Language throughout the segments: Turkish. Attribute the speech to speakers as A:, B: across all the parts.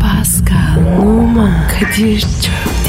A: Pascal, Oman, Kadir çok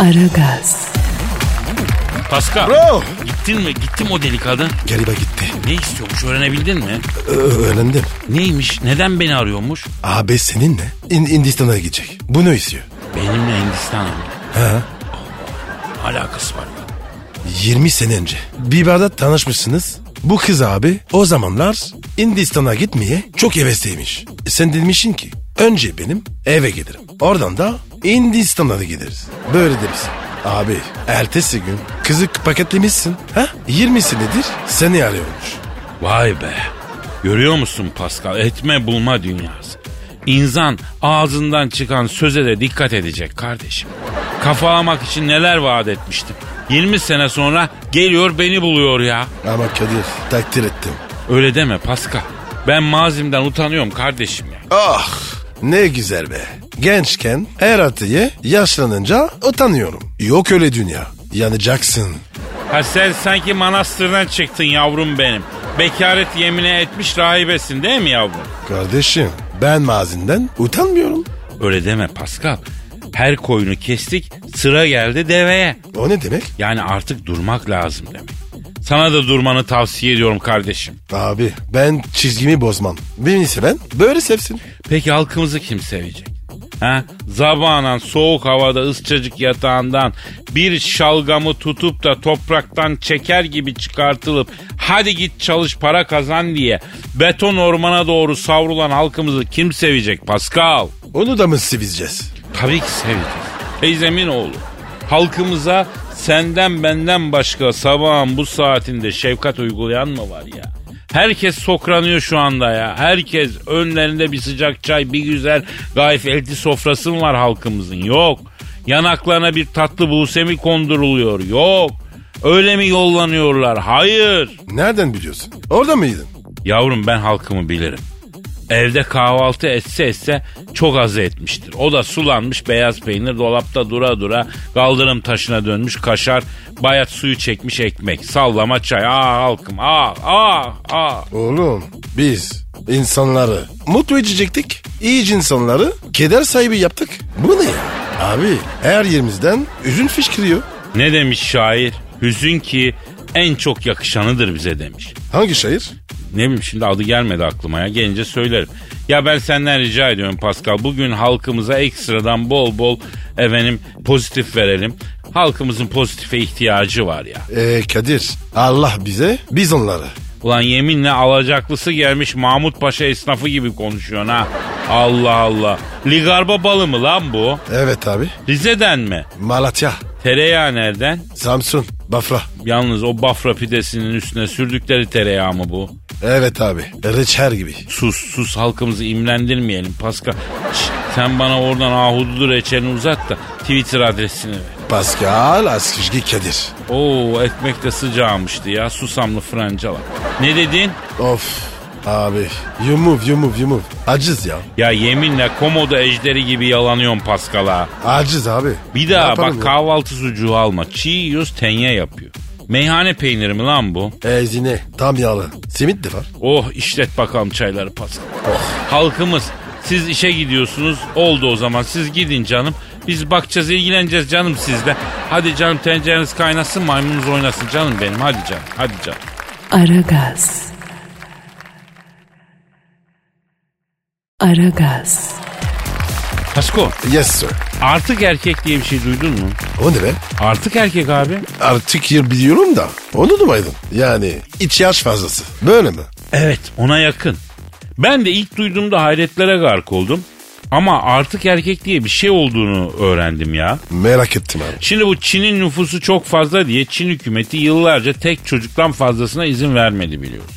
A: Aragaz,
B: Pascal.
C: Bro.
B: Gittin mi? Gittim o delikanlı.
C: Gariba gitti.
B: Ne istiyormuş öğrenebildin mi?
C: Ö- öğrendim.
B: Neymiş? Neden beni arıyormuş?
C: Abi seninle İn Hindistan'a gidecek. Bu ne istiyor?
B: Benimle Hindistan'a. mı?
C: Ha?
B: Alakası var. mı?
C: 20 sene önce Biber'de tanışmışsınız. Bu kız abi o zamanlar Hindistan'a gitmeye çok hevesliymiş. E Sen demişsin ki önce benim eve gelirim. Oradan da Hindistan'a da gideriz. Böyle demişsin. Abi ertesi gün kızı paketlemişsin. Ha? 20'si nedir? Seni arıyormuş.
B: Vay be. Görüyor musun Pascal? Etme bulma dünyası. İnsan ağzından çıkan söze de dikkat edecek kardeşim. Kafalamak için neler vaat etmiştim. 20 sene sonra geliyor beni buluyor ya.
C: Ama Kadir takdir ettim.
B: Öyle deme Pascal. Ben mazimden utanıyorum kardeşim ya.
C: Ah ne güzel be. Gençken her hatayı yaşlanınca utanıyorum. Yok öyle dünya. Yanacaksın.
B: Ha sen sanki manastırdan çıktın yavrum benim. Bekaret yemine etmiş rahibesin değil mi yavrum?
C: Kardeşim ben mazinden utanmıyorum.
B: Öyle deme Pascal. Her koyunu kestik sıra geldi deveye.
C: O ne demek?
B: Yani artık durmak lazım demek. Sana da durmanı tavsiye ediyorum kardeşim.
C: Abi ben çizgimi bozmam. Beni seven böyle sevsin.
B: Peki halkımızı kim sevecek? Ha? Zabanan soğuk havada ısçacık yatağından bir şalgamı tutup da topraktan çeker gibi çıkartılıp hadi git çalış para kazan diye beton ormana doğru savrulan halkımızı kim sevecek Pascal?
C: Onu da mı seveceğiz?
B: Tabii ki seveceğiz. Teyzemin oğlu. Halkımıza senden benden başka sabahın bu saatinde şefkat uygulayan mı var ya? Herkes sokranıyor şu anda ya. Herkes önlerinde bir sıcak çay, bir güzel gayfelti sofrası mı var halkımızın? Yok. Yanaklarına bir tatlı buğse mi konduruluyor? Yok. Öyle mi yollanıyorlar? Hayır.
C: Nereden biliyorsun? Orada mıydın?
B: Yavrum ben halkımı bilirim. Evde kahvaltı etse etse çok az etmiştir. O da sulanmış beyaz peynir dolapta dura dura kaldırım taşına dönmüş kaşar bayat suyu çekmiş ekmek sallama çay ah halkım ah ah ah.
C: Oğlum biz insanları mutlu edecektik. İyice insanları keder sahibi yaptık. Bu ne ya? Abi her yerimizden üzün fışkırıyor.
B: Ne demiş şair? Hüzün ki en çok yakışanıdır bize demiş.
C: Hangi şair?
B: Ne bileyim şimdi adı gelmedi aklıma ya gelince söylerim. Ya ben senden rica ediyorum Pascal bugün halkımıza ekstradan bol bol efendim pozitif verelim. Halkımızın pozitife ihtiyacı var ya.
C: Ee, Kadir Allah bize biz onları.
B: Ulan yeminle alacaklısı gelmiş Mahmut Paşa esnafı gibi konuşuyorsun ha. Allah Allah. Ligarba balı mı lan bu?
C: Evet abi
B: Rize'den mi?
C: Malatya,
B: Tereyağı nereden?
C: Samsun, Bafra.
B: Yalnız o bafra pidesinin üstüne sürdükleri tereyağı mı bu?
C: Evet abi reçel gibi.
B: Sus sus halkımızı imlendirmeyelim Pascal. Şşt, sen bana oradan ahududu reçelini uzat da Twitter adresini ver.
C: Pascal Askışgi Kadir.
B: Oo ekmek de sıcağmıştı ya susamlı francalar. Ne dedin?
C: Of abi you move you move you move. Aciz ya.
B: Ya yeminle komodo ejderi gibi yalanıyorsun Pascal'a.
C: Aciz abi.
B: Bir
C: Ne
B: daha
C: yapalım
B: bak
C: ya?
B: kahvaltı sucuğu alma. Çiğ yiyoruz tenye yapıyor. Meyhane peyniri mi lan bu?
C: Ezine Ee, tam yağlı. Simit de var.
B: Oh işlet bakalım çayları Pascal. Halkımız siz işe gidiyorsunuz oldu o zaman siz gidin canım. Biz bakacağız ilgileneceğiz canım sizle. Hadi canım tencereniz kaynasın maymununuz oynasın canım benim hadi canım hadi canım.
A: Aragaz. Aragaz,
B: Pasko
C: Yes sir.
B: artık erkek diye bir şey duydun mu?
C: O ne be?
B: Artık erkek abi.
C: Artık yer biliyorum da onu duymadım. Yani ihtiyaç fazlası. Böyle mi?
B: Evet ona yakın. Ben de ilk duyduğumda hayretlere gark oldum. Ama artık erkek diye bir şey olduğunu öğrendim ya.
C: Merak ettim abi.
B: Şimdi bu Çin'in nüfusu çok fazla diye Çin hükümeti yıllarca tek çocuktan fazlasına izin vermedi biliyoruz.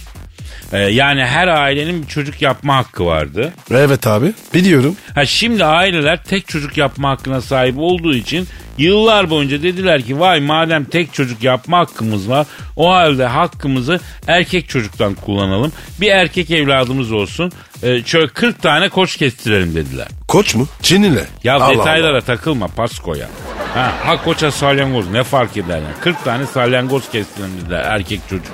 B: Ee, yani her ailenin bir çocuk yapma hakkı vardı.
C: Evet abi biliyorum.
B: Ha şimdi aileler tek çocuk yapma hakkına sahip olduğu için yıllar boyunca dediler ki vay madem tek çocuk yapma hakkımız var o halde hakkımızı erkek çocuktan kullanalım. Bir erkek evladımız olsun. Ee, şöyle 40 tane koç kestirelim dediler.
C: Koç mu? Çinli'yle.
B: Ya
C: Allah
B: detaylara
C: Allah.
B: takılma Pasko'ya. Ha, ha koça salyangoz ne fark eder yani. 40 tane salyangoz kestirelim dediler erkek çocuk.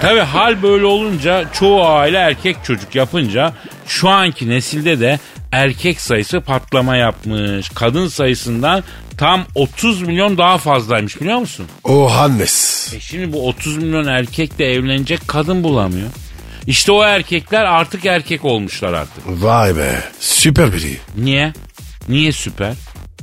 B: Tabi hal böyle olunca çoğu aile erkek çocuk yapınca şu anki nesilde de erkek sayısı patlama yapmış. Kadın sayısından tam 30 milyon daha fazlaymış biliyor musun?
C: O Hannes.
B: E şimdi bu 30 milyon erkek de evlenecek kadın bulamıyor. İşte o erkekler artık erkek olmuşlar artık.
C: Vay be süper biri.
B: Niye? Niye süper?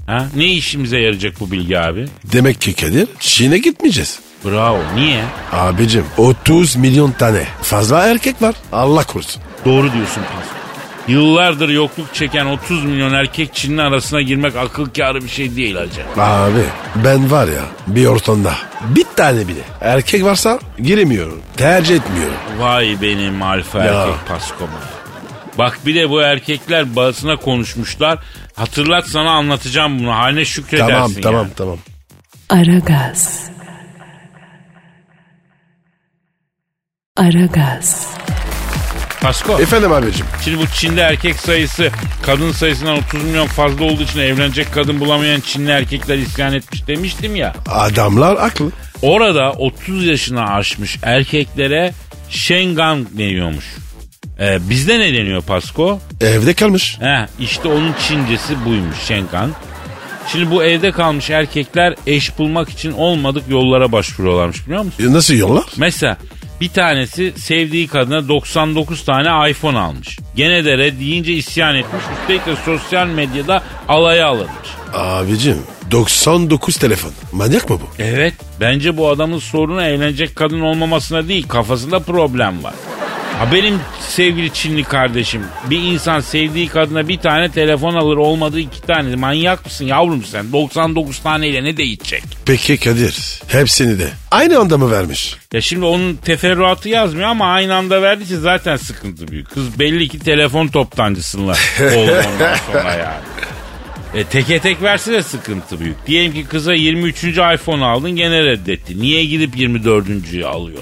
B: Ha? Ne işimize yarayacak bu bilgi abi?
C: Demek ki Kadir Çin'e gitmeyeceğiz.
B: Bravo. Niye?
C: Abicim 30 milyon tane fazla erkek var. Allah korusun.
B: Doğru diyorsun Pasko. Yıllardır yokluk çeken 30 milyon erkek Çin'in arasına girmek akıl kârı bir şey değil hacı.
C: Abi ben var ya bir ortamda bir tane bile erkek varsa giremiyorum. Tercih etmiyorum.
B: Vay benim alfa
C: Ya.
B: erkek Pasko'ma. Bak bir de bu erkekler basına konuşmuşlar. Hatırlat sana anlatacağım bunu. Haline şükredersin
C: tamam
B: ya.
C: tamam tamam.
A: Aragaz. Aragaz.
B: Pasko.
C: Efendim abicim.
B: Şimdi bu Çin'de erkek sayısı kadın sayısından 30 milyon fazla olduğu için evlenecek kadın bulamayan Çinli erkekler isyan etmiş demiştim ya.
C: Adamlar aklı.
B: Orada 30 yaşını aşmış erkeklere Şengan deniyormuş. Ee, bizde ne deniyor Pasko?
C: Evde kalmış.
B: Heh, işte onun Çincesi buymuş Şenkan. Şimdi bu evde kalmış erkekler eş bulmak için olmadık yollara başvuruyorlarmış biliyor musun?
C: E, Nasıl yollar?
B: Mesela bir tanesi sevdiği kadına 99 tane iPhone almış. Gene de red deyince isyan etmiş. Üstelik de sosyal medyada alaya alınmış.
C: Abicim 99 telefon. Manyak mı bu?
B: Evet. Bence bu adamın sorunu eğlenecek kadın olmamasına değil kafasında problem var. Ha benim sevgili Çinli kardeşim bir insan sevdiği kadına bir tane telefon alır olmadı iki tane manyak mısın yavrum sen 99 taneyle ne değişecek?
C: Peki Kadir hepsini de aynı anda mı vermiş?
B: Ya şimdi onun teferruatı yazmıyor ama aynı anda verdiyse zaten sıkıntı büyük. Kız belli ki telefon toptancısınlar oldu ondan sonra yani. E, teke tek verse de sıkıntı büyük. Diyelim ki kıza 23. iPhone aldın gene reddetti. Niye gidip 24.'yü alıyor?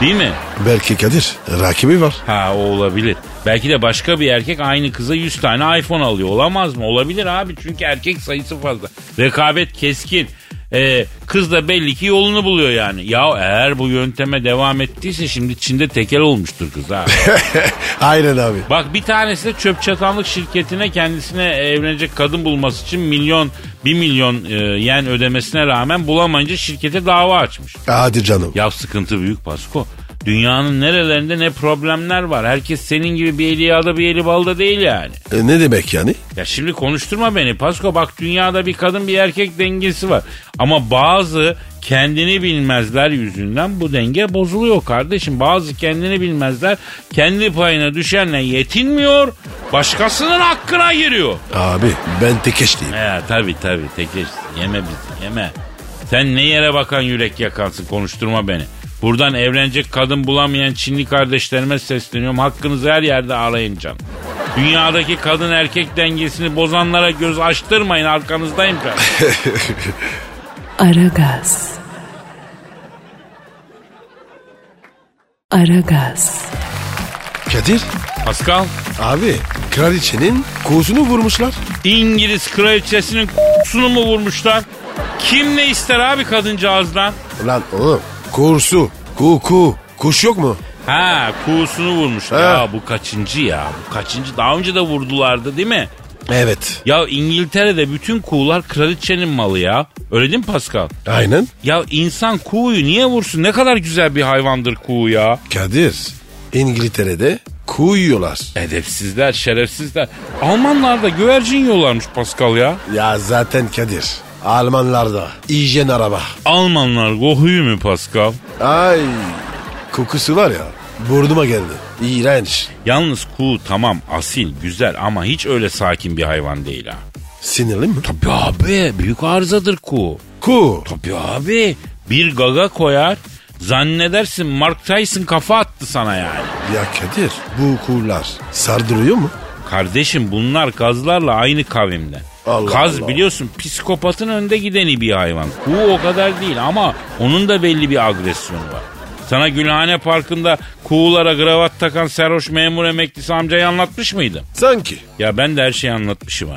B: Değil mi?
C: Belki Kadir rakibi var.
B: Ha o olabilir. Belki de başka bir erkek aynı kıza 100 tane iPhone alıyor. Olamaz mı? Olabilir abi. Çünkü erkek sayısı fazla. Rekabet keskin. Ee, kız da belli ki yolunu buluyor yani. Ya eğer bu yönteme devam ettiyse şimdi Çin'de tekel olmuştur kız ha.
C: Aynen abi.
B: Bak bir tanesi de çöp çatanlık şirketine kendisine evlenecek kadın bulması için milyon, bir milyon e, yen ödemesine rağmen bulamayınca şirkete dava açmış.
C: Hadi canım.
B: Ya sıkıntı büyük Pasko. Dünyanın nerelerinde ne problemler var. Herkes senin gibi bir eli yağda bir eli balda değil yani.
C: E, ne demek yani?
B: Ya şimdi konuşturma beni Pasko. Bak dünyada bir kadın bir erkek dengesi var. Ama bazı kendini bilmezler yüzünden bu denge bozuluyor kardeşim. Bazı kendini bilmezler kendi payına düşenle yetinmiyor. Başkasının hakkına giriyor.
C: Abi ben tekeşliyim.
B: He tabii tabii tekeş yeme bizi yeme. Sen ne yere bakan yürek yakansın konuşturma beni. Buradan evlenecek kadın bulamayan Çinli kardeşlerime sesleniyorum. Hakkınızı her yerde arayın canım. Dünyadaki kadın erkek dengesini bozanlara göz açtırmayın arkanızdayım canım.
A: Aragaz. Aragaz.
C: Kadir
B: Pascal
C: abi kraliçenin kozunu vurmuşlar.
B: İngiliz kraliçesinin k***sunu mu vurmuşlar? Kim ne ister abi kadıncağızdan?
C: Lan oğlum kursu kuku kuş yok mu?
B: Ha kuğusunu vurmuş.
C: He.
B: Ya bu kaçıncı ya? Bu kaçıncı? Daha önce de vurdulardı değil mi?
C: Evet.
B: Ya İngiltere'de bütün kuğular kraliçenin malı ya. Öyle değil mi Pascal?
C: Aynen.
B: Ya insan kuğuyu niye vursun? Ne kadar güzel bir hayvandır kuğu ya.
C: Kadir İngiltere'de kuyuyorlar.
B: Edepsizler, şerefsizler. Almanlar da güvercin yiyorlarmış Pascal ya.
C: Ya zaten Kadir Almanlarda hijyen araba.
B: Almanlar gohuyu mu Pascal?
C: Ay kokusu var ya burnuma geldi. İğrenç.
B: Yalnız kuğu tamam asil, güzel ama hiç öyle sakin bir hayvan değil ha.
C: Sinirli mi?
B: Tabii abi, büyük arızadır kuğu.
C: Ku.
B: Tabii abi. Bir gaga koyar. Zannedersin Mark Tyson kafa attı sana yani.
C: Ya Kadir bu kurlar sardırıyor mu?
B: Kardeşim bunlar kazlarla aynı kavimden.
C: Allah
B: Kaz
C: Allah.
B: biliyorsun psikopatın önde gideni bir hayvan. Kuğu o kadar değil ama onun da belli bir agresyonu var. Sana Gülhane Parkı'nda kuğulara kravat takan sarhoş memur emeklisi amcayı anlatmış mıydım?
C: Sanki.
B: Ya ben de her şeyi anlatmışım ha.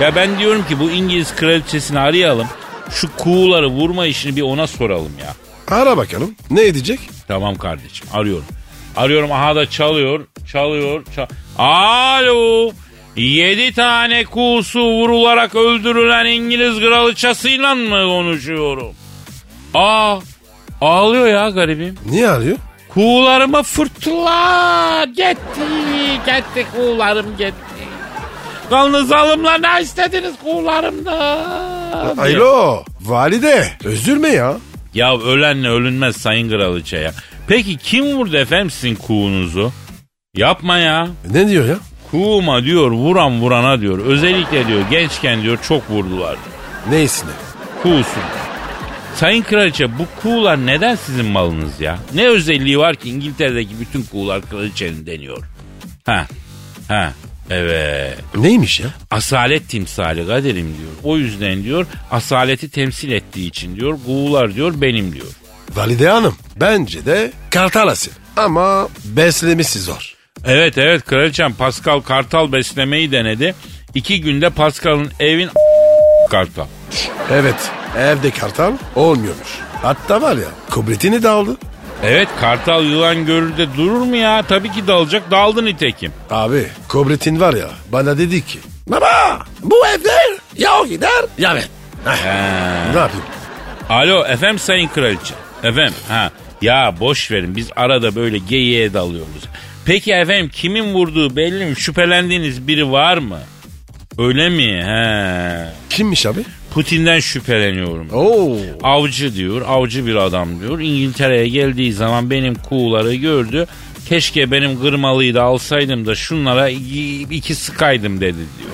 B: Ya ben diyorum ki bu İngiliz kraliçesini arayalım. Şu kuğuları vurma işini bir ona soralım ya.
C: Ara bakalım ne edecek?
B: Tamam kardeşim arıyorum. Arıyorum aha da çalıyor, çalıyor, çal... Alo! Yedi tane kuğusu vurularak öldürülen İngiliz kraliçesiyle mı konuşuyorum? Aa, ağlıyor ya garibim.
C: Niye arıyor?
B: Kuğularıma fırtına gitti. Gitti kuğularım gitti. Yalnız alımla ne istediniz kuğularımda?
C: Alo valide üzülme ya.
B: Ya ölenle ölünmez sayın kraliçe ya. Peki kim vurdu efendim sizin kuğunuzu? Yapma ya.
C: Ne diyor ya?
B: Kuğuma diyor vuran vurana diyor. Özellikle diyor gençken diyor çok vurdular.
C: Neyse ne?
B: Kuğusun. Sayın kraliçe bu kuğular neden sizin malınız ya? Ne özelliği var ki İngiltere'deki bütün kuğular kraliçenin deniyor? Ha. Ha. Evet.
C: Neymiş ya?
B: Asalet timsali kaderim diyor. O yüzden diyor asaleti temsil ettiği için diyor kuğular diyor benim diyor.
C: Valide hanım bence de kartal asil. Ama beslemesi zor.
B: Evet evet kraliçem Pascal Kartal beslemeyi denedi. İki günde Pascal'ın evin kartal.
C: Evet evde kartal olmuyormuş. Hatta var ya kubretini de aldı.
B: Evet kartal yılan görür de durur mu ya? Tabii ki dalacak daldı nitekim.
C: Abi kubretin var ya bana dedi ki Baba bu evde ya o gider ya ben. Heh, ne yapayım?
B: Alo efendim sayın kraliçe. Efendim ha. Ya boş verin biz arada böyle geyiğe dalıyoruz. Peki efendim kimin vurduğu belli mi? Şüphelendiğiniz biri var mı? Öyle mi? He.
C: Kimmiş abi?
B: Putin'den şüpheleniyorum.
C: Oo.
B: Avcı diyor, avcı bir adam diyor. İngiltere'ye geldiği zaman benim kuğuları gördü. Keşke benim kırmalıyı da alsaydım da şunlara iki, iki sıkaydım dedi diyor.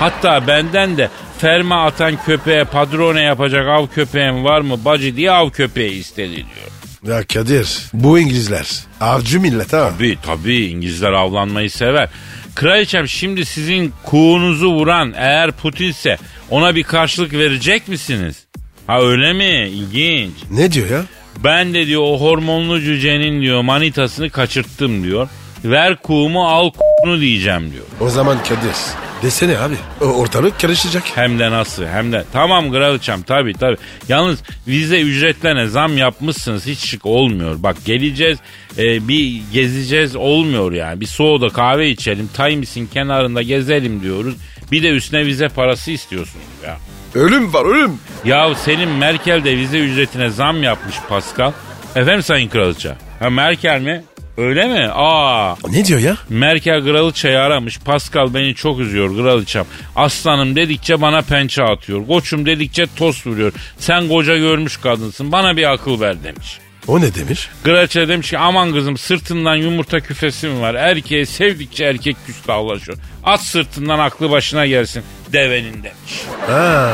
B: Hatta benden de ferma atan köpeğe padrone yapacak av köpeğim var mı bacı diye av köpeği istedi diyor.
C: Ya Kadir bu İngilizler avcı millet ha.
B: Tabii tabii İngilizler avlanmayı sever. Kraliçem şimdi sizin kuğunuzu vuran eğer Putin'se ona bir karşılık verecek misiniz? Ha öyle mi? İlginç.
C: Ne diyor ya?
B: Ben de diyor o hormonlu cücenin diyor manitasını kaçırttım diyor. Ver kuğumu al kuğunu diyeceğim diyor.
C: O zaman Kadir desene abi o ortalık karışacak.
B: Hem de nasıl hem de tamam kraliçem tabii tabii. Yalnız vize ücretlerine zam yapmışsınız hiç şık olmuyor. Bak geleceğiz e, bir gezeceğiz olmuyor yani. Bir soğuda kahve içelim Times'in kenarında gezelim diyoruz. Bir de üstüne vize parası istiyorsunuz ya.
C: Ölüm var ölüm.
B: Ya senin Merkel de vize ücretine zam yapmış Pascal. Efendim Sayın Kraliçe? Ha Merkel mi? Öyle mi? Aa
C: Ne diyor ya?
B: Merkel Kraliçe'yi aramış. Pascal beni çok üzüyor Kraliçem. Aslanım dedikçe bana pençe atıyor. Koçum dedikçe toz vuruyor. Sen koca görmüş kadınsın. Bana bir akıl ver demiş.
C: O ne demiş?
B: Kraliçe demiş ki aman kızım sırtından yumurta küfesi mi var? Erkeği sevdikçe erkek küstahlaşıyor. At sırtından aklı başına gelsin devenin demiş.
C: Ha,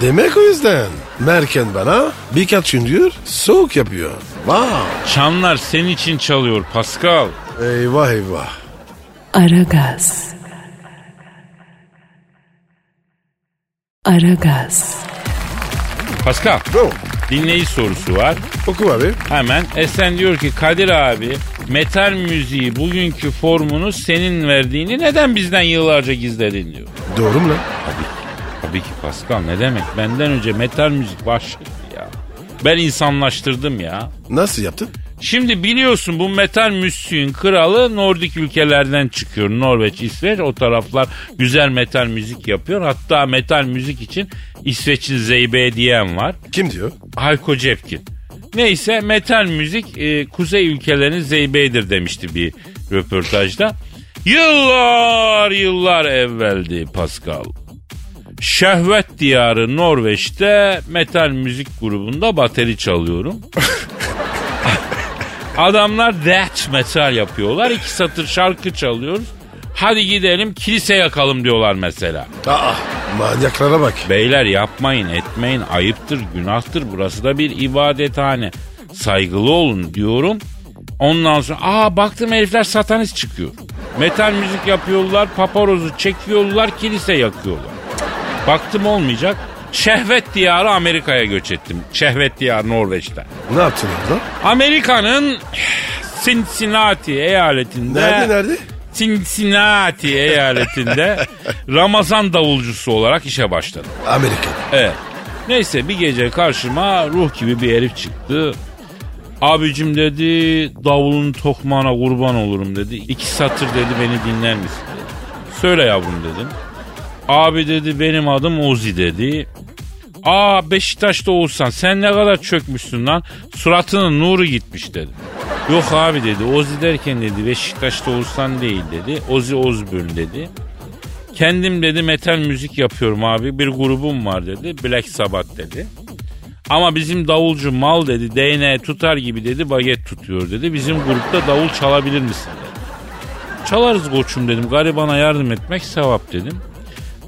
C: demek o yüzden. Merken bana birkaç gün diyor soğuk yapıyor. Vay.
B: Çanlar senin için çalıyor Pascal.
C: Eyvah eyvah.
A: Aragaz. Aragaz.
B: Pascal
C: Go.
B: dinleyici sorusu var.
C: Oku abi.
B: Hemen Esen diyor ki Kadir abi metal müziği bugünkü formunu senin verdiğini neden bizden yıllarca gizledin diyor.
C: Doğru mu lan?
B: Tabii ki Pascal ne demek benden önce metal müzik başladı ya. Ben insanlaştırdım ya.
C: Nasıl yaptın?
B: Şimdi biliyorsun bu metal müziğin kralı Nordik ülkelerden çıkıyor. Norveç, İsveç o taraflar güzel metal müzik yapıyor. Hatta metal müzik için İsveç'in Zeybe diyen var.
C: Kim diyor?
B: Hayko Cepkin. Neyse metal müzik e, kuzey ülkelerinin zeybeğidir demişti bir röportajda. Yıllar yıllar evveldi Pascal. Şehvet diyarı Norveç'te metal müzik grubunda bateri çalıyorum. Adamlar death metal yapıyorlar. İki satır şarkı çalıyoruz. Hadi gidelim kilise yakalım diyorlar mesela.
C: Aa, manyaklara bak.
B: Beyler yapmayın etmeyin ayıptır günahtır burası da bir ibadethane. Saygılı olun diyorum. Ondan sonra aa baktım herifler satanist çıkıyor. Metal müzik yapıyorlar, paparozu çekiyorlar, kilise yakıyorlar. Baktım olmayacak. Şehvet diyarı Amerika'ya göç ettim. Şehvet diyarı Norveç'ten.
C: Ne yaptın orada?
B: Amerika'nın Cincinnati eyaletinde
C: Nerede nerede?
B: Cincinnati eyaletinde Ramazan davulcusu olarak işe başladım.
C: Amerika'da.
B: Evet. Neyse bir gece karşıma ruh gibi bir herif çıktı. Abicim dedi davulun tokmağına kurban olurum dedi. İki satır dedi beni dinler misin? dedi. Söyle yavrum dedim. Abi dedi benim adım Ozi dedi. Aa Beşiktaş'ta olsan sen ne kadar çökmüşsün lan. Suratının nuru gitmiş dedi. Yok abi dedi Ozi derken dedi Beşiktaş'ta olsan değil dedi. Ozi Ozbün dedi. Kendim dedi metal müzik yapıyorum abi. Bir grubum var dedi. Black Sabbath dedi. Ama bizim davulcu mal dedi. DNA tutar gibi dedi. Baget tutuyor dedi. Bizim grupta davul çalabilir misin dedi. Çalarız koçum dedim. Garibana yardım etmek sevap dedim.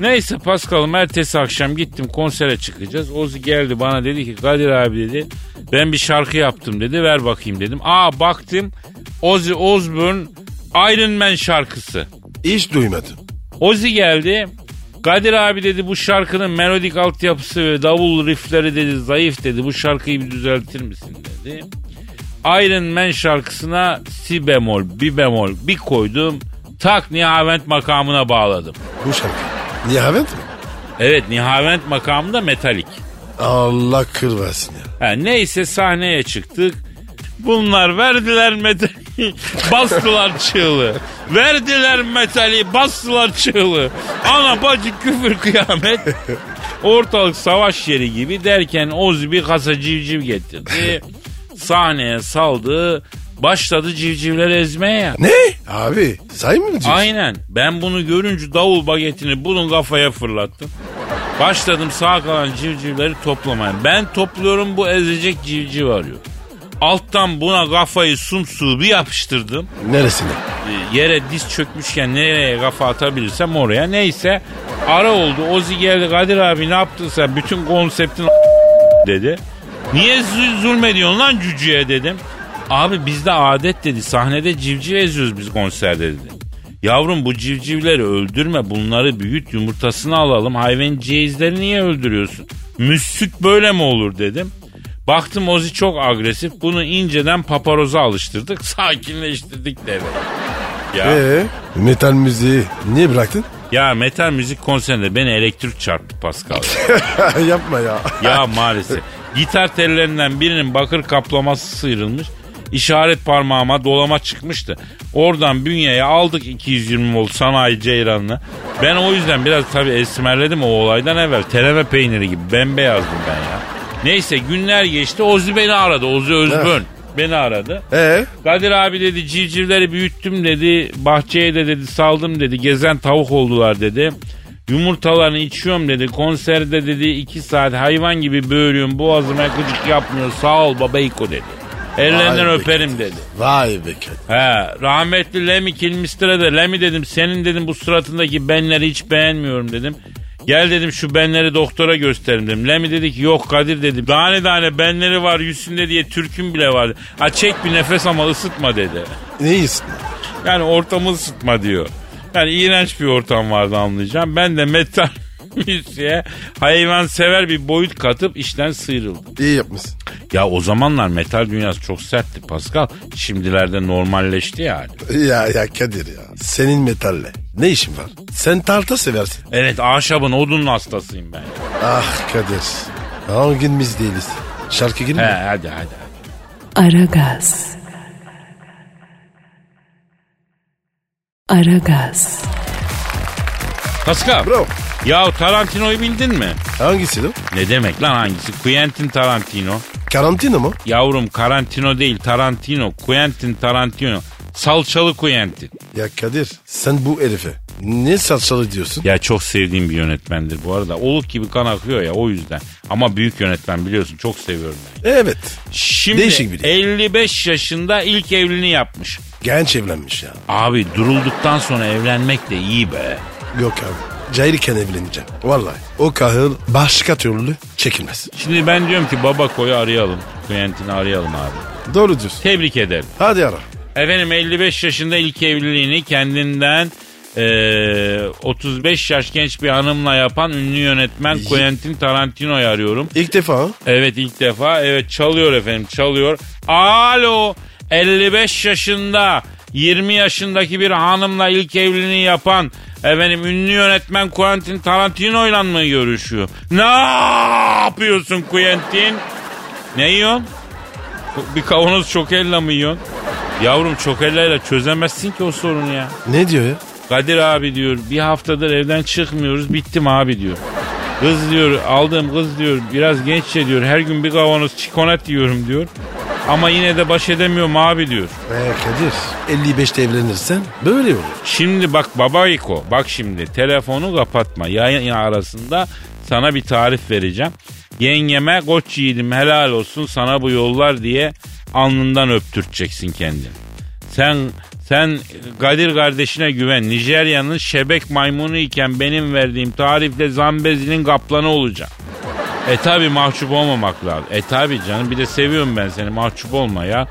B: Neyse Paskal'ım ertesi akşam gittim konsere çıkacağız. Ozi geldi bana dedi ki Kadir abi dedi ben bir şarkı yaptım dedi ver bakayım dedim. Aa baktım Ozzy Osbourne Iron Man şarkısı.
C: Hiç duymadım.
B: Ozi geldi. Kadir abi dedi bu şarkının melodik altyapısı ve davul riffleri dedi zayıf dedi. Bu şarkıyı bir düzeltir misin dedi. Iron Man şarkısına si bemol, bi bemol bir koydum. Tak Nihavent makamına bağladım.
C: Bu şarkı. Nihavent mi?
B: Evet Nihavent makamı da metalik.
C: Allah kır versin ya.
B: Ha, neyse sahneye çıktık. Bunlar verdiler metali, bastılar çığlığı. Verdiler metali, bastılar çığlığı. Ana bacı küfür kıyamet. Ortalık savaş yeri gibi derken Oz bir kasa civciv getirdi. Sahneye saldı. Başladı civcivleri ezmeye.
C: Ne? Abi say mı diyorsun?
B: Aynen. Ben bunu görünce davul bagetini bunun kafaya fırlattım. Başladım sağ kalan civcivleri toplamaya. Ben topluyorum bu ezecek civciv arıyor. Alttan buna kafayı sumsuğu bir yapıştırdım.
C: Neresine?
B: E, Yere diz çökmüşken nereye kafa atabilirsem oraya. Neyse ara oldu. Ozi geldi Kadir abi ne yaptın sen? Bütün konseptin dedi. Niye zü- zulmediyorsun lan cücüye dedim. Abi bizde adet dedi sahnede civciv eziyoruz biz konserde dedi. Yavrum bu civcivleri öldürme bunları büyüt yumurtasını alalım hayvan cihizleri niye öldürüyorsun? Müslük böyle mi olur dedim. Baktım Ozi çok agresif bunu inceden paparoza alıştırdık sakinleştirdik dedi. Ya.
C: Ee, metal müziği niye bıraktın?
B: ya metal müzik konserinde beni elektrik çarptı Pascal.
C: Yapma ya.
B: Ya maalesef. Gitar tellerinden birinin bakır kaplaması sıyrılmış. İşaret parmağıma dolama çıkmıştı. Oradan bünyeye aldık 220 volt sanayi ceyranını. Ben o yüzden biraz tabii esmerledim o olaydan evvel. Teleme peyniri gibi bembeyazdım ben ya. Neyse günler geçti. Ozi beni aradı. Ozi
C: Evet.
B: Özbön. Beni aradı.
C: Ee,
B: Kadir abi dedi civcivleri büyüttüm dedi. Bahçeye de dedi saldım dedi. Gezen tavuk oldular dedi. Yumurtalarını içiyorum dedi. Konserde dedi iki saat hayvan gibi böğürüyorum. Boğazıma gıcık yapmıyor. Sağ ol babayko dedi. Ellerinden
C: Vay be.
B: öperim dedi.
C: vay be kedi.
B: He, rahmetli Lemi Kilmister'e de Lemi dedim senin dedim bu suratındaki benleri hiç beğenmiyorum dedim. Gel dedim şu benleri doktora gösterim dedim. Lemi dedi ki yok Kadir dedi. Tane tane benleri var yüzünde diye türkün bile vardı. Ha çek bir nefes ama ısıtma dedi.
C: Ne iyisin?
B: Yani ortamı ısıtma diyor. Yani iğrenç bir ortam vardı anlayacağım. Ben de metal müziğe hayvansever bir boyut katıp işten sıyrıldım.
C: İyi yapmışsın.
B: Ya o zamanlar metal dünyası çok sertti Pascal. Şimdilerde normalleşti yani.
C: Ya ya Kadir ya. Senin metalle ne işin var? Sen tarta seversin.
B: Evet ahşabın odun hastasıyım ben.
C: Ah Kadir. Hangimiz değiliz? Şarkı
B: He
C: girmiyor.
B: hadi hadi.
A: Aragaz. Aragaz.
B: Pascal.
C: Bro.
B: Ya Tarantino'yu bildin mi?
C: Hangisi lan?
B: Ne demek lan hangisi? Quentin Tarantino.
C: Karantina mı?
B: Yavrum Karantino değil Tarantino. Quentin Tarantino. Salçalı Quentin.
C: Ya Kadir sen bu herife ne salçalı diyorsun?
B: Ya çok sevdiğim bir yönetmendir bu arada. Oluk gibi kan akıyor ya o yüzden. Ama büyük yönetmen biliyorsun çok seviyorum. ben.
C: Evet.
B: Şimdi
C: Değişik biri.
B: 55 yaşında ilk evliliğini yapmış.
C: Genç evlenmiş ya.
B: Abi durulduktan sonra evlenmek de iyi be.
C: Yok abi. cahilken evleneceğim. Vallahi o kahır başka türlü çekilmez.
B: Şimdi ben diyorum ki baba koyu arayalım. Quentin'i arayalım abi.
C: Doğru diyorsun.
B: Tebrik ederim.
C: Hadi ara.
B: Efendim 55 yaşında ilk evliliğini kendinden eee, 35 yaş genç bir hanımla yapan ünlü yönetmen Quentin Tarantino'yu arıyorum.
C: İlk defa ha?
B: Evet ilk defa. Evet çalıyor efendim çalıyor. Alo 55 yaşında 20 yaşındaki bir hanımla ilk evliliğini yapan efendim ünlü yönetmen Quentin Tarantino ile mi görüşüyor? Ne yapıyorsun Quentin? Ne yiyorsun? Bir kavanoz çokella mı yiyorsun? Yavrum çokellayla çözemezsin ki o sorunu ya.
C: Ne diyor ya?
B: Kadir abi diyor bir haftadır evden çıkmıyoruz bittim abi diyor. Kız diyor aldığım kız diyor biraz genççe diyor her gün bir kavanoz çikolata yiyorum diyor. Ama yine de baş edemiyorum abi diyor.
C: Ee Kadir 55'te evlenirsen böyle olur.
B: Şimdi bak babayiko bak şimdi telefonu kapatma yayın arasında sana bir tarif vereceğim. Yengeme koç yiğidim helal olsun sana bu yollar diye alnından öptürteceksin kendini. Sen sen Kadir kardeşine güven. Nijerya'nın şebek maymunu iken benim verdiğim tarifle Zambezi'nin kaplanı olacak. E tabi mahcup olmamak lazım. E tabi canım bir de seviyorum ben seni mahcup olma ya.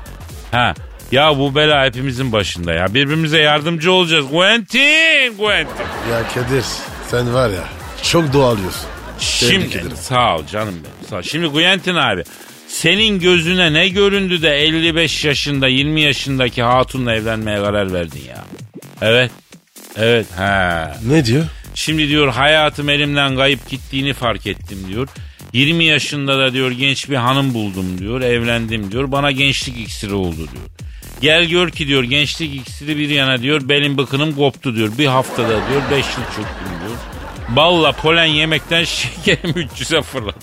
B: Ha ya bu bela hepimizin başında ya. Birbirimize yardımcı olacağız. Quentin, Quentin.
C: Ya Kadir sen var ya çok doğalıyorsun.
B: Şimdi
C: ederim.
B: sağ ol canım benim. Sağ ol. Şimdi Quentin abi senin gözüne ne göründü de 55 yaşında 20 yaşındaki hatunla evlenmeye karar verdin ya. Evet. Evet. Ha.
C: Ne diyor?
B: Şimdi diyor hayatım elimden kayıp gittiğini fark ettim diyor. 20 yaşında da diyor genç bir hanım buldum diyor. Evlendim diyor. Bana gençlik iksiri oldu diyor. Gel gör ki diyor gençlik iksiri bir yana diyor. Belim bıkınım koptu diyor. Bir haftada diyor 5 yıl çöktüm diyor. Balla polen yemekten şekerim 300'e fırladı.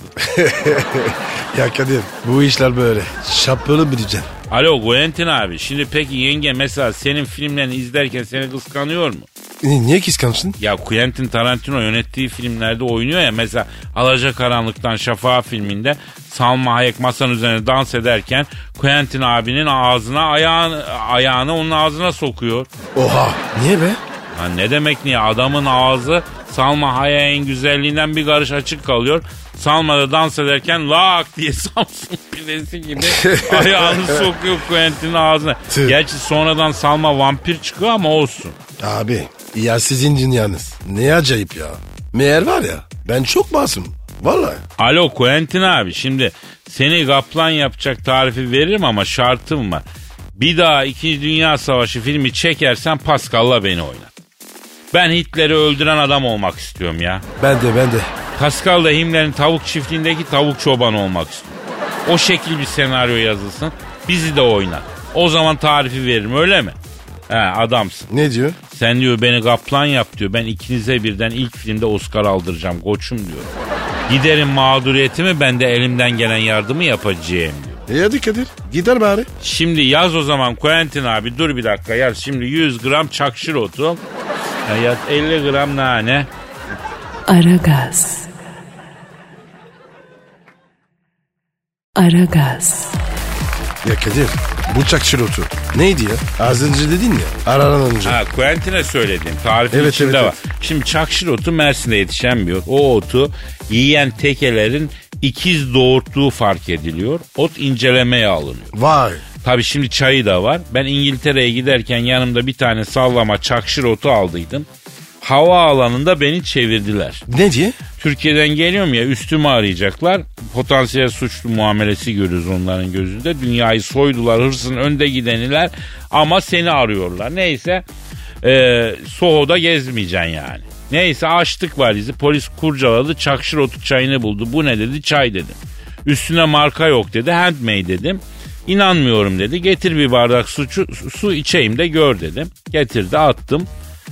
C: Ya Kadir bu işler böyle. Şapkalı bileceksin.
B: Alo Quentin abi şimdi peki yenge mesela senin filmlerini izlerken seni kıskanıyor mu?
C: Ni- Niye kıskançsın?
B: Ya Quentin Tarantino yönettiği filmlerde oynuyor ya mesela Alacakaranlıktan Şafağı filminde Salma Hayek masanın üzerine dans ederken Quentin abinin ağzına ayağını, ayağını onun ağzına sokuyor.
C: Oha. Niye be?
B: Ha ne demek niye adamın ağzı Salma Hayek'in güzelliğinden bir karış açık kalıyor. Salma da dans ederken lak diye Samsun pidesi gibi ayağını sokuyor Quentin'in ağzına.
C: Tüh.
B: Gerçi sonradan Salma vampir çıkıyor ama olsun.
C: Abi ya sizin dünyanız ne acayip ya. Meğer var ya ben çok masum. Vallahi.
B: Alo Quentin abi şimdi seni kaplan yapacak tarifi veririm ama şartım var. Bir daha İkinci Dünya Savaşı filmi çekersen Pascal'la beni oynat. Ben Hitler'i öldüren adam olmak istiyorum ya.
C: Ben de ben de.
B: Pascal da Himmler'in tavuk çiftliğindeki tavuk çobanı olmak istiyorum. O şekil bir senaryo yazılsın. Bizi de oynat. O zaman tarifi veririm öyle mi? He adamsın.
C: Ne diyor?
B: Sen diyor beni kaplan yap diyor. Ben ikinize birden ilk filmde Oscar aldıracağım koçum diyor. Giderim mağduriyetimi ben de elimden gelen yardımı yapacağım diyor.
C: E hadi Kadir gider bari.
B: Şimdi yaz o zaman Quentin abi dur bir dakika yaz. Şimdi 100 gram çakşır otu. Ya Yaz 50 gram nane.
A: Aragaz. Aragaz.
C: Ya Kadir bu çakşirotu neydi ya? Az önce dedin ya aradan önce.
B: Ha Quentin'e söyledim. Tarifin
C: Evet,
B: içinde
C: evet,
B: var. Şimdi çakşır otu Mersin'de yetişen bir ot. O otu yiyen tekelerin ikiz doğurttuğu fark ediliyor. Ot incelemeye alınıyor.
C: Vay.
B: Tabii şimdi çayı da var. Ben İngiltere'ye giderken yanımda bir tane sallama çakşır otu aldıydım. Havaalanında beni çevirdiler.
C: Ne diye?
B: Türkiye'den geliyorum ya üstümü arayacaklar. Potansiyel suçlu muamelesi görüyoruz onların gözünde. Dünyayı soydular hırsın önde gideniler ama seni arıyorlar. Neyse eee Soho'da gezmeyeceksin yani. Neyse açtık valizi polis kurcaladı çakşır otu çayını buldu. Bu ne dedi çay dedim. Üstüne marka yok dedi handmade dedim. İnanmıyorum dedi getir bir bardak su, su içeyim de gör dedim. Getirdi attım.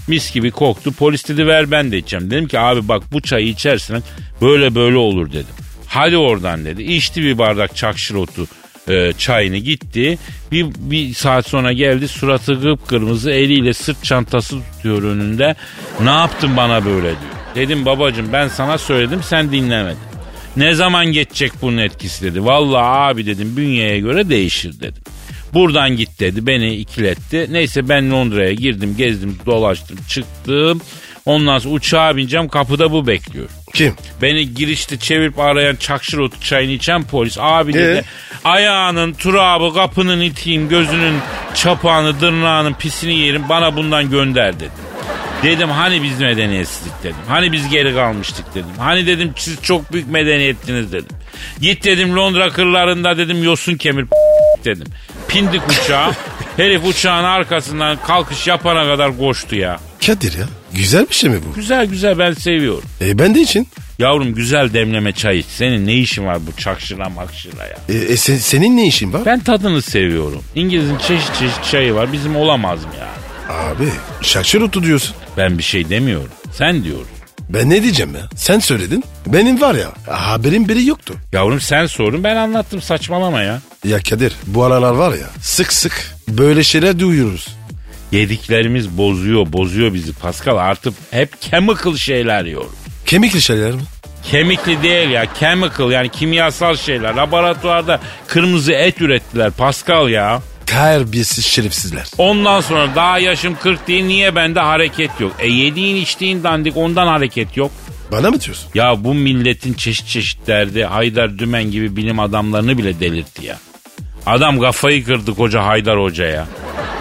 B: Mis gibi koktu. Polis dedi ver ben de içeceğim. Dedim ki abi bak bu çayı içersen böyle böyle olur dedim. Hadi oradan dedi. İçti bir bardak çakşır otu e, çayını gitti. Bir, bir saat sonra geldi suratı kıpkırmızı eliyle sırt çantası tutuyor önünde. Ne yaptın bana böyle diyor. Dedim babacım ben sana söyledim sen dinlemedin. Ne zaman geçecek bunun etkisi dedi. Vallahi abi dedim bünyeye göre değişir dedim. Buradan git dedi beni ikiletti. Neyse ben Londra'ya girdim gezdim dolaştım çıktım. Ondan sonra uçağa bineceğim kapıda bu bekliyor.
C: Kim?
B: Beni girişte çevirip arayan çakşır otu çayını içen polis. Abi dedi
C: Ee?
B: ayağının turabı kapının iteyim gözünün çapağını dırnağının pisini yerim bana bundan gönder dedi. Dedim hani biz medeniyetsizlik dedim. Hani biz geri kalmıştık dedim. Hani dedim siz çok büyük medeniyettiniz dedim. Git dedim Londra kırlarında dedim yosun kemir dedim. Pindik uçağa. Herif uçağın arkasından kalkış yapana kadar koştu ya.
C: Kadir ya. Güzel bir şey mi bu?
B: Güzel güzel ben seviyorum.
C: E ben de için.
B: Yavrum güzel demleme çay iç. Senin ne işin var bu çakşıra makşıra ya?
C: E, e, sen- senin ne işin var?
B: Ben tadını seviyorum. İngiliz'in çeşit çeşit çayı var. Bizim olamaz mı ya?
C: Abi şakşır otu diyorsun.
B: Ben bir şey demiyorum. Sen diyorum.
C: Ben ne diyeceğim ya? Sen söyledin. Benim var ya haberin biri yoktu.
B: Yavrum sen sorun ben anlattım saçmalama ya.
C: Ya Kadir bu aralar var ya sık sık böyle şeyler duyuyoruz.
B: Yediklerimiz bozuyor bozuyor bizi Pascal artık hep chemical şeyler yiyorum.
C: Kemikli şeyler mi?
B: Kemikli değil ya chemical yani kimyasal şeyler. Laboratuvarda kırmızı et ürettiler Pascal ya.
C: Terbiyesiz şerefsizler.
B: Ondan sonra daha yaşım 40 değil niye bende hareket yok? E yediğin içtiğin dandik ondan hareket yok.
C: Bana mı diyorsun?
B: Ya bu milletin çeşit çeşit derdi Haydar Dümen gibi bilim adamlarını bile delirtti ya. Adam kafayı kırdı koca Haydar Hoca ya.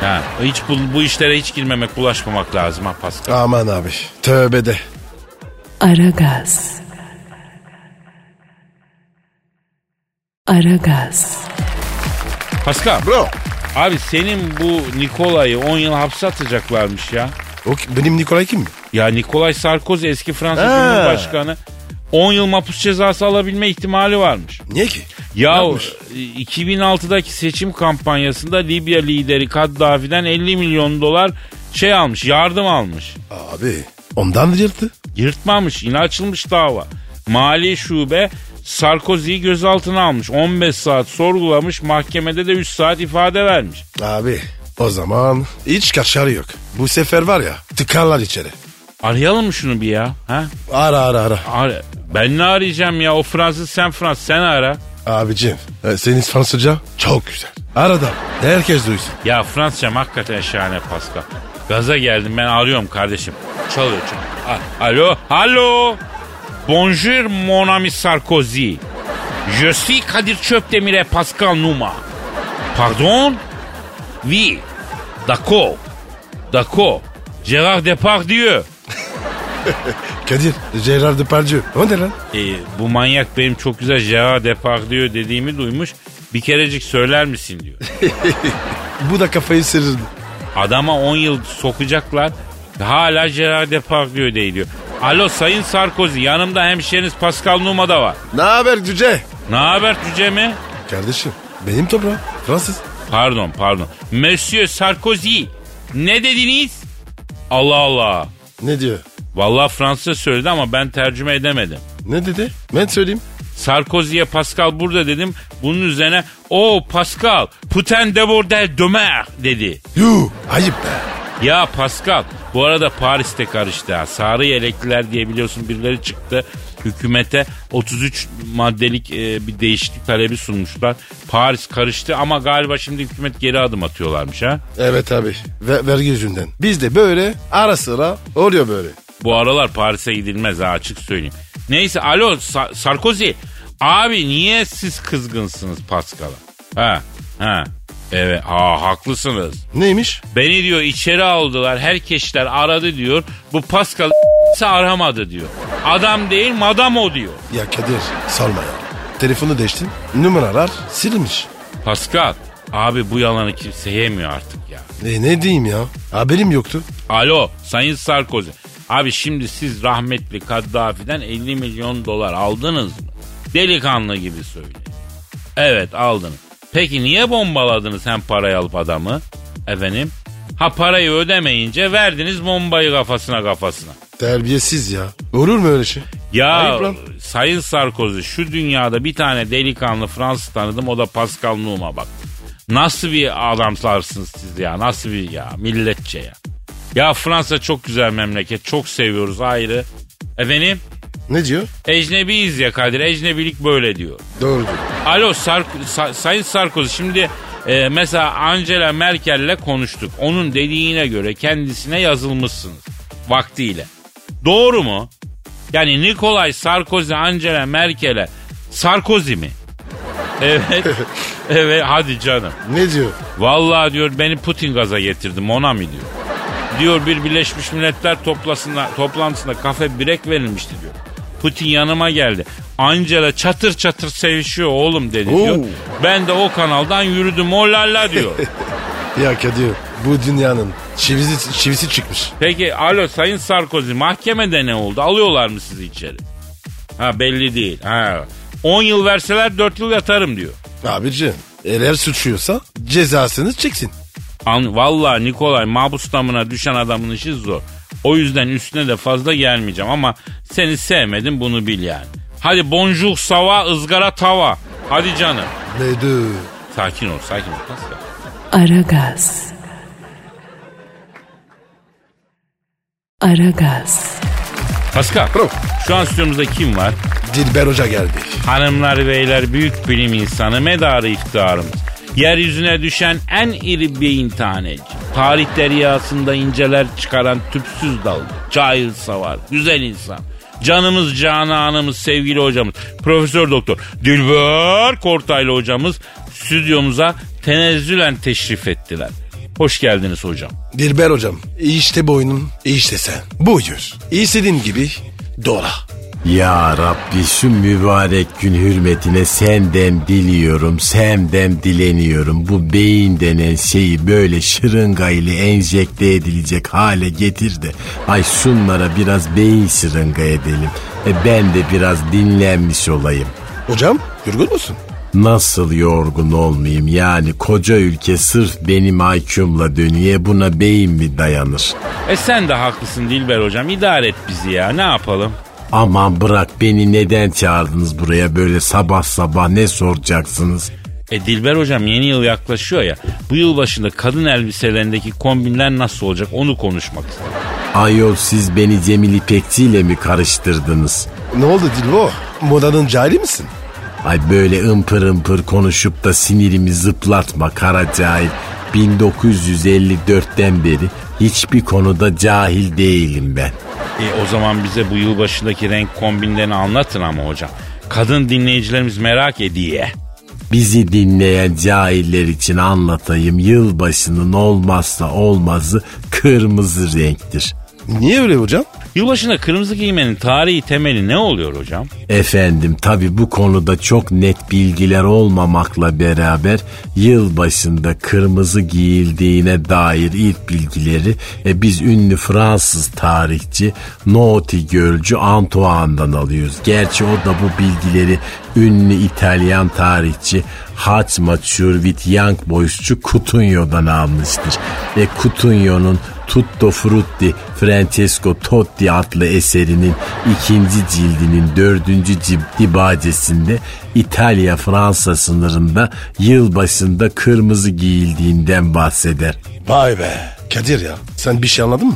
B: Ha, hiç bu, bu işlere hiç girmemek bulaşmamak lazım ha Pascal.
C: Aman abi tövbe de.
A: Aragaz. Aragaz.
B: Pascal
C: Bro
B: abi senin bu Nikola'yı 10 yıl hapse atacaklarmış ya.
C: o, ki- benim Nikolay kim mi?
B: Ya Nikolay Sarkozy eski Fransız
C: Ha.
B: Cumhurbaşkanı 10 yıl mahpus cezası alabilme ihtimali varmış.
C: Niye ki?
B: Ya
C: Yapmış.
B: e, 2006'daki seçim kampanyasında Libya lideri Kaddafi'den 50 milyon dolar şey almış, yardım almış.
C: Abi ondan yırttı.
B: Yırtmamış, yine açılmış dava. Mali şube Sarkozy'yi gözaltına almış. 15 saat sorgulamış, mahkemede de 3 saat ifade vermiş.
C: Abi o zaman hiç kaçarı yok. Bu sefer var ya tıkarlar içeri.
B: Arayalım mı şunu bir ya? Ha?
C: Ara ara ara.
B: Ara- Ben ne arayacağım ya? O Fransız sen Fransız, sen ara.
C: Abicim e, senin Fransızca çok güzel. Arada herkes duysun.
B: Ya Fransızcam hakikaten şahane Pascal. Gaza geldim ben arıyorum kardeşim. Çalıyor çalıyor. A- Alo. Alo. Bonjour mon ami Sarkozy. Je suis Kadir Çöpdemir et Pascal Numa. Pardon? Oui. D'accord. D'accord. Gérard Depardieu.
C: Kadir Gerard Depardieu. O ne lan?
B: E, bu manyak benim çok güzel Gérard Depardieu dediğimi duymuş. Bir kerecik söyler misin diyor.
C: Bu da kafayı sırırdı.
B: Adama 10 yıl sokacaklar. Hala Gerard Depardieu değil diyor. Alo Sayın Sarkozy yanımda hemşeriniz Pascal Numa da var.
C: Ne haber cüce?
B: Ne haber cüce mi?
C: Kardeşim benim toprağım Fransız.
B: Pardon pardon. Monsieur Sarkozy ne dediniz? Allah Allah.
C: Ne diyor?
B: Vallahi Fransızca söyledi ama ben tercüme edemedim.
C: Ne dedi? Ben söyleyeyim.
B: Sarkozy'ye Pascal burada dedim. Bunun üzerine o Pascal Putain de bordel dömer dedi.
C: Yuh ayıp be.
B: Ya Pascal bu arada Paris'te karıştı ha. Sarı yelekliler diye biliyorsun birileri çıktı. Hükümete 33 maddelik e, bir değişiklik talebi sunmuşlar. Paris karıştı ama galiba şimdi hükümet geri adım atıyorlarmış ha.
C: Evet abi ve, vergi yüzünden. Biz de böyle ara sıra oluyor böyle.
B: Bu aralar Paris'e gidilmez ha açık söyleyeyim. Neyse alo Sa- Sarkozy. Abi niye siz kızgınsınız Pascal'a? Ha ha. Evet ha haklısınız.
C: Neymiş?
B: Beni diyor içeri aldılar. Herkesler aradı diyor. Bu Pascal aramadı diyor. Adam değil madam o diyor.
C: Ya Kadir sorma ya. Telefonu değiştin numaralar silinmiş.
B: Pascal abi bu yalanı kimse yemiyor artık ya.
C: E, ne diyeyim ya haberim yoktu.
B: Alo Sayın Sarkozy. Abi şimdi siz rahmetli Kaddafi'den 50 milyon dolar aldınız mı? Delikanlı gibi söyleyin. Evet aldınız. Peki niye bombaladınız hem parayı alıp adamı? Efendim? Ha parayı ödemeyince verdiniz bombayı kafasına kafasına.
C: Terbiyesiz ya. Olur mu öyle şey?
B: Ya
C: Ayıp lan.
B: Sayın Sarkozy şu dünyada bir tane delikanlı Fransız tanıdım o da Pascal Numa bak. Nasıl bir adamlarsınız siz ya nasıl bir ya milletçe ya. Ya Fransa çok güzel memleket çok seviyoruz ayrı. Efendim
C: Ne diyor?
B: ecnebiyiz ya Kadir ecnebilik böyle diyor.
C: Doğru diyor.
B: Alo Sark- Sa- Sayın Sarkozy şimdi e, mesela Angela Merkel'le konuştuk. Onun dediğine göre kendisine yazılmışsınız vaktiyle. Doğru mu? Yani Nikolay Sarkozy Angela Merkel'e Sarkozy mi? Evet. evet hadi canım.
C: Ne diyor?
B: Vallahi diyor beni Putin gaza getirdim ona mı diyor. Diyor bir Birleşmiş Milletler toplasında, toplantısında kafe birek verilmişti diyor. Putin yanıma geldi. Angela çatır çatır sevişiyor oğlum dedi diyor.
C: Oo.
B: Ben de o kanaldan yürüdüm o lalla diyor.
C: Ya Kadir bu dünyanın çivisi, çivisi çıkmış.
B: Peki alo Sayın Sarkozy mahkemede ne oldu? Alıyorlar mı sizi içeri? Ha belli değil. Ha. 10 yıl verseler 4 yıl yatarım diyor.
C: Abici eğer suçluyorsa cezasını çeksin.
B: An Vallahi Nikolay mahpus damına düşen adamın işi zor. O yüzden üstüne de fazla gelmeyeceğim ama seni sevmedim bunu bil yani. Hadi bonjour sava ızgara tava. Hadi canım.
C: Ne diyor?
B: Sakin ol sakin ol. Pascal.
A: Aragaz. Aragaz.
B: Pascal.
C: Bro.
B: Şu an stüdyomuzda kim var?
C: Dilber Hoca geldi.
B: Hanımlar beyler büyük bilim insanı medarı iftiharımız. Yeryüzüne düşen en iri beyin taneci. Tarih deryasında inceler çıkaran tüpsüz dalga. Cahil savar, güzel insan. Canımız, cananımız, sevgili hocamız. Profesör Doktor Dilber Kortaylı hocamız stüdyomuza tenezzülen teşrif ettiler. Hoş geldiniz hocam.
C: Dilber Hocam işte boynun işte sen. Buyur. İstediğin gibi dola.
D: Ya Rabbi şu mübarek gün hürmetine senden diliyorum, senden dileniyorum. Bu beyin denen şeyi böyle şırınga ile enjekte edilecek hale getir de. Ay şunlara biraz beyin şırınga edelim. E ben de biraz dinlenmiş olayım.
C: Hocam yorgun musun?
D: Nasıl yorgun olmayayım yani koca ülke sırf benim IQ'mla dönüyor buna beyin mi dayanır?
B: E sen de haklısın Dilber hocam. İdare et bizi ya. Ne yapalım?
D: Aman bırak beni neden çağırdınız buraya böyle sabah sabah ne soracaksınız?
B: E Dilber hocam yeni yıl yaklaşıyor ya. Bu yıl başında kadın elbiselerindeki kombinler nasıl olacak onu konuşmak istedim.
D: Ayol siz beni Cemil İpekçi ile mi karıştırdınız?
C: Ne oldu Dilbo? Modanın cahili misin?
D: Ay böyle ımpır ımpır konuşup da sinirimi zıplatma kara cahil. 1954'ten beri hiçbir konuda cahil değilim ben.
B: E o zaman bize bu yıl başındaki renk kombinlerini anlatın ama hocam. Kadın dinleyicilerimiz merak ediyor.
D: Bizi dinleyen cahiller için anlatayım yılbaşının olmazsa olmazı kırmızı renktir.
C: Niye öyle hocam?
B: Yılbaşında kırmızı giymenin tarihi temeli ne oluyor hocam?
D: Efendim tabi bu konuda çok net bilgiler olmamakla beraber yıl başında kırmızı giyildiğine dair ilk bilgileri e, biz ünlü Fransız tarihçi Noti Gölcü Antoine'dan alıyoruz. Gerçi o da bu bilgileri ünlü İtalyan tarihçi Hatma Churvit Young Boysçu Coutinho'dan almıştır. Ve Coutinho'nun Tutto Frutti Francesco Totti adlı eserinin ikinci cildinin dördüncü cildi bacesinde İtalya-Fransa sınırında yılbaşında kırmızı giyildiğinden bahseder.
C: Vay be. Kadir ya sen bir şey anladın mı?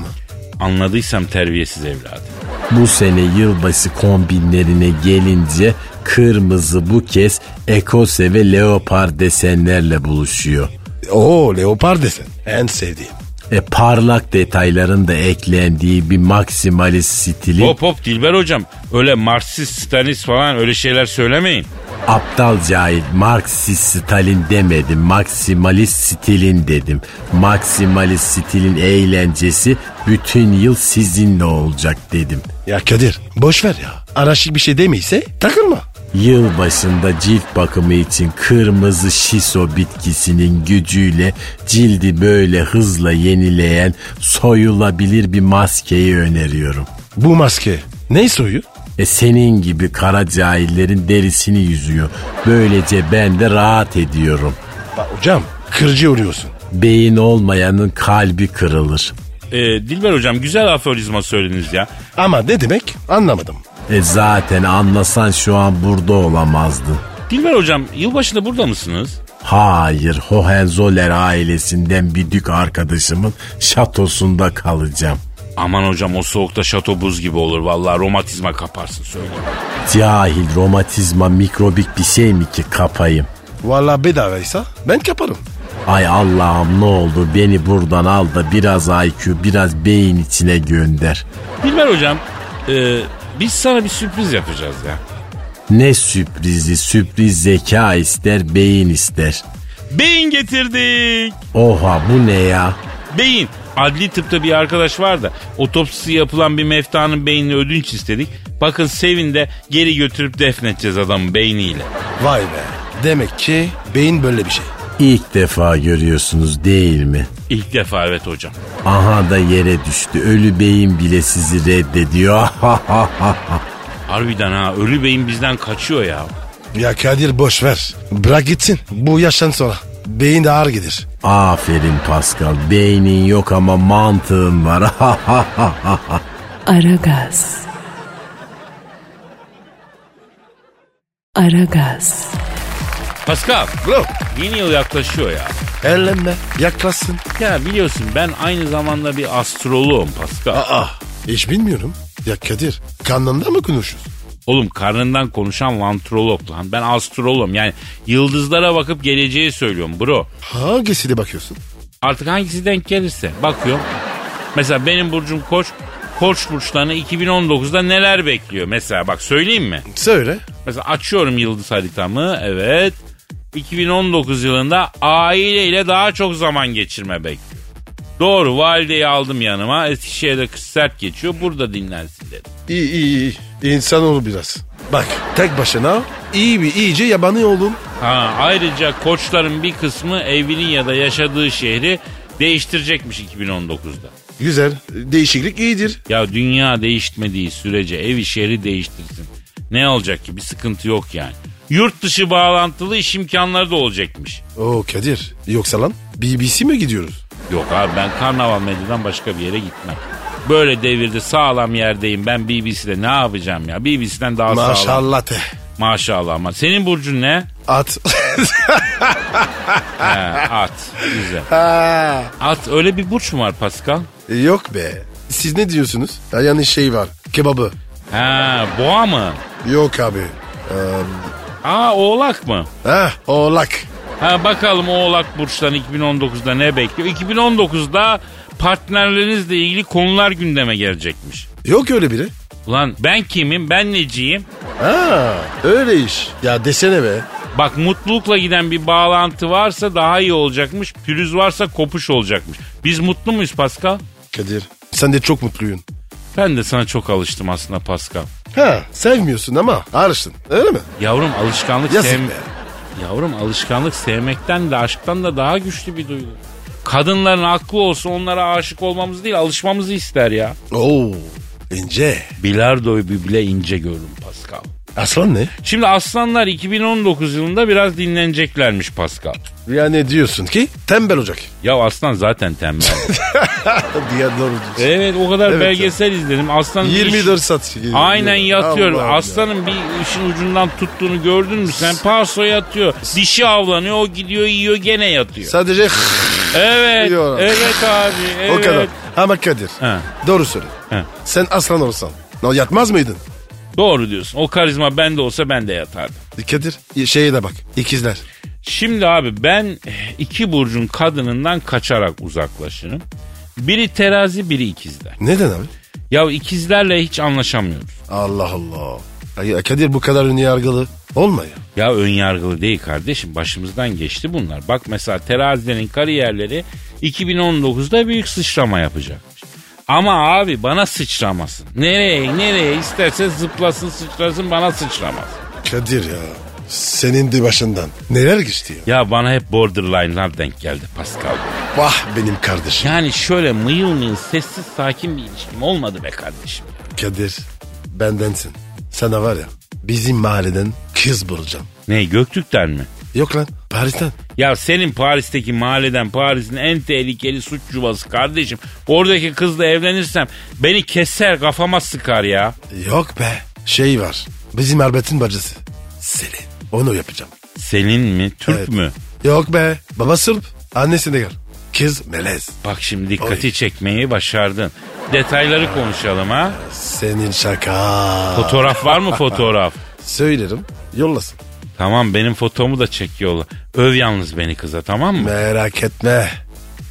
B: Anladıysam terbiyesiz evladım.
D: Bu sene yılbaşı kombinlerine gelince kırmızı bu kez ekose ve leopar desenlerle buluşuyor.
C: Oo leopar desen. En sevdiğim.
D: E, parlak detayların da eklendiği bir maksimalist stilin
B: Hop hop Dilber hocam öyle Marksist, Stanis falan öyle şeyler söylemeyin.
D: Aptal cahil Marksist Stalin demedim. Maksimalist stilin dedim. Maksimalist stilin eğlencesi bütün yıl sizinle olacak dedim.
C: Ya Kadir boş ver ya. Araşık bir şey demeyse takılma.
D: Yıl başında cilt bakımı için kırmızı şiso bitkisinin gücüyle cildi böyle hızla yenileyen soyulabilir bir maskeyi öneriyorum.
C: Bu maske ne soyu?
D: E senin gibi kara cahillerin derisini yüzüyor. Böylece ben de rahat ediyorum.
C: Bak hocam kırıcı oluyorsun.
D: Beyin olmayanın kalbi kırılır.
B: E, Dilber hocam güzel aforizma söylediniz ya.
C: Ama ne demek anlamadım.
D: E zaten anlasan şu an burada olamazdın.
B: Dilber hocam yılbaşında burada mısınız?
D: Hayır, Hohenzoller ailesinden bir dük arkadaşımın şatosunda kalacağım.
B: Aman hocam o soğukta şato buz gibi olur vallahi romatizma kaparsın söyleyeyim.
D: Cahil romatizma mikrobik bir şey mi ki kapayım?
C: Valla bedavaysa ben kaparım.
D: Ay Allah'ım ne oldu beni buradan al da biraz IQ biraz beyin içine gönder.
B: Dilber hocam Ee, biz sana bir sürpriz yapacağız ya.
D: Ne sürprizi sürpriz zeka ister beyin ister.
B: Beyin getirdik.
D: Oha bu ne ya?
B: Beyin. Adli tıpta bir arkadaş var da otopsisi yapılan bir meftanın beynini ödünç istedik. Bakın Sevin de geri götürüp defnedeceğiz adamın beyniyle.
C: Vay be. Demek ki beyin böyle bir şey.
D: İlk defa görüyorsunuz değil mi?
B: İlk defa evet hocam.
D: Aha da yere düştü. Ölü beyin bile sizi reddediyor.
B: Harbiden ha ölü beyin bizden kaçıyor ya.
C: Ya Kadir boş ver. Bırak gitsin. Bu yaştan sonra. Beyin de ağır gider.
D: Aferin Pascal. Beynin yok ama mantığın var.
A: Aragaz. Aragaz.
B: Pascal
C: Bro.
B: yeni yıl yaklaşıyor ya.
C: Ellenme. Yaklaşsın.
B: Ya biliyorsun ben aynı zamanda bir astroloğum Pascal.
C: Aa. Ah, Hiç bilmiyorum. Ya Kadir. Kanlanda mı konuşuyoruz?
B: Oğlum karnından konuşan vantrolog lan. Ben astrologum yani yıldızlara bakıp geleceği söylüyorum bro.
C: Hangisine bakıyorsun?
B: Artık hangisi denk gelirse bakıyorum. Mesela benim burcum koç. Koç burçlarını 2019'da neler bekliyor mesela bak söyleyeyim mi?
C: Söyle.
B: Mesela açıyorum yıldız haritamı evet. 2019 yılında aileyle daha çok zaman geçirme bekliyor. Doğru valideyi aldım yanıma. Eskişehir'de kız sert geçiyor. Burada dinlensin dedi.
C: İyi iyi iyi. İnsan ol biraz. Bak tek başına iyi bir iyice yabani olun.
B: Ha, ayrıca koçların bir kısmı evinin ya da yaşadığı şehri değiştirecekmiş 2019'da.
C: Güzel. Değişiklik iyidir.
B: Ya dünya değişmediği sürece evi şehri değiştirsin. Ne olacak ki bir sıkıntı yok yani. Yurt dışı bağlantılı iş imkanları da olacakmış.
C: Oo Kadir. Yoksa lan BBC mi gidiyoruz?
B: Yok abi ben karnaval medyadan başka bir yere gitmem. Böyle devirde sağlam yerdeyim ben BBC'de ne yapacağım ya? BBC'den daha sağlam.
C: Maşallah te.
B: Maşallah ama senin burcun ne?
C: At.
B: He, at. Güzel. At öyle bir burç mu var Pascal?
C: Yok be. Siz ne diyorsunuz? Ya Yani şey var. Kebabı.
B: Ha boğa mı?
C: Yok abi.
B: Aa oğlak mı?
C: Ha oğlak.
B: Ha bakalım oğlak burçtan 2019'da ne bekliyor? 2019'da partnerlerinizle ilgili konular gündeme gelecekmiş.
C: Yok öyle biri.
B: Ulan ben kimim? Ben neciyim?
C: Ha öyle iş. Ya desene be.
B: Bak mutlulukla giden bir bağlantı varsa daha iyi olacakmış. Pürüz varsa kopuş olacakmış. Biz mutlu muyuz Pascal?
C: Kadir sen de çok mutluyun.
B: Ben de sana çok alıştım aslında Pascal.
C: Ha sevmiyorsun ama ağrıştın öyle mi?
B: Yavrum alışkanlık
C: Yazık
B: sevm-
C: be.
B: Yavrum alışkanlık sevmekten de aşktan da daha güçlü bir duygu. Kadınların aklı olsa onlara aşık olmamız değil alışmamızı ister ya.
C: Oo ince.
B: Bilardo'yu bile ince görün Pascal.
C: Aslan ne?
B: Şimdi aslanlar 2019 yılında biraz dinleneceklermiş Pascal.
C: Yani diyorsun ki tembel olacak.
B: Ya aslan zaten tembel.
C: Diye doğru diyorsun.
B: evet o kadar
C: Evet
B: belgesel izledim. Aslan
C: 24
B: iş-
C: saat.
B: Aynen yatıyor.
C: Allah'ım ya.
B: Aslanın bir işin ucundan tuttuğunu gördün mü sen? Parso yatıyor. Dişi avlanıyor. O gidiyor yiyor gene yatıyor.
C: Sadece
B: evet.
C: Diyor.
B: Evet abi. Evet.
C: o kadar. Ama Kadir
B: Ha.
C: doğru söyle.
B: Ha.
C: Sen aslan olsan no, yatmaz mıydın?
B: Doğru diyorsun. O karizma bende olsa ben de yatardım.
C: Kadir şeye de bak ikizler.
B: Şimdi abi ben iki burcun kadınından kaçarak uzaklaşırım. Biri terazi biri ikizler.
C: Neden abi?
B: Ya ikizlerle hiç anlaşamıyoruz.
C: Allah Allah. Ay, Kadir bu kadar ön yargılı olma ya.
B: Ya ön yargılı değil kardeşim başımızdan geçti bunlar. Bak mesela terazilerin kariyerleri 2019'da büyük sıçrama yapacakmış. Ama abi bana sıçramasın. Nereye nereye isterse zıplasın sıçrasın bana sıçramasın.
C: Kadir ya senin de başından neler geçti ya.
B: Ya bana hep borderline'lar denk geldi Pascal.
C: Vah benim kardeşim.
B: Yani şöyle mıyıl mıyıl sessiz sakin bir ilişkim olmadı be kardeşim.
C: Kadir bendensin. Sana var ya bizim mahalleden kız bulacağım.
B: Ne Göktürk'ten mi?
C: Yok lan Paris'ten.
B: Ya senin Paris'teki mahalleden Paris'in en tehlikeli suç cubası kardeşim. Oradaki kızla evlenirsem beni keser kafama sıkar ya.
C: Yok be şey var bizim Erbet'in bacısı. Selin onu yapacağım.
B: Selin mi? Türk
C: Evet.
B: mü?
C: Yok be baba Sırp annesi de gel. Kız melez.
B: Bak şimdi dikkati
C: Oy.
B: çekmeyi başardın. Detayları konuşalım ha.
C: Senin şaka.
B: Fotoğraf var mı fotoğraf?
C: Söylerim yollasın.
B: tamam benim fotomu da çek yolla. Öv yalnız beni kıza tamam mı?
C: Merak etme.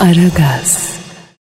A: Aragaz.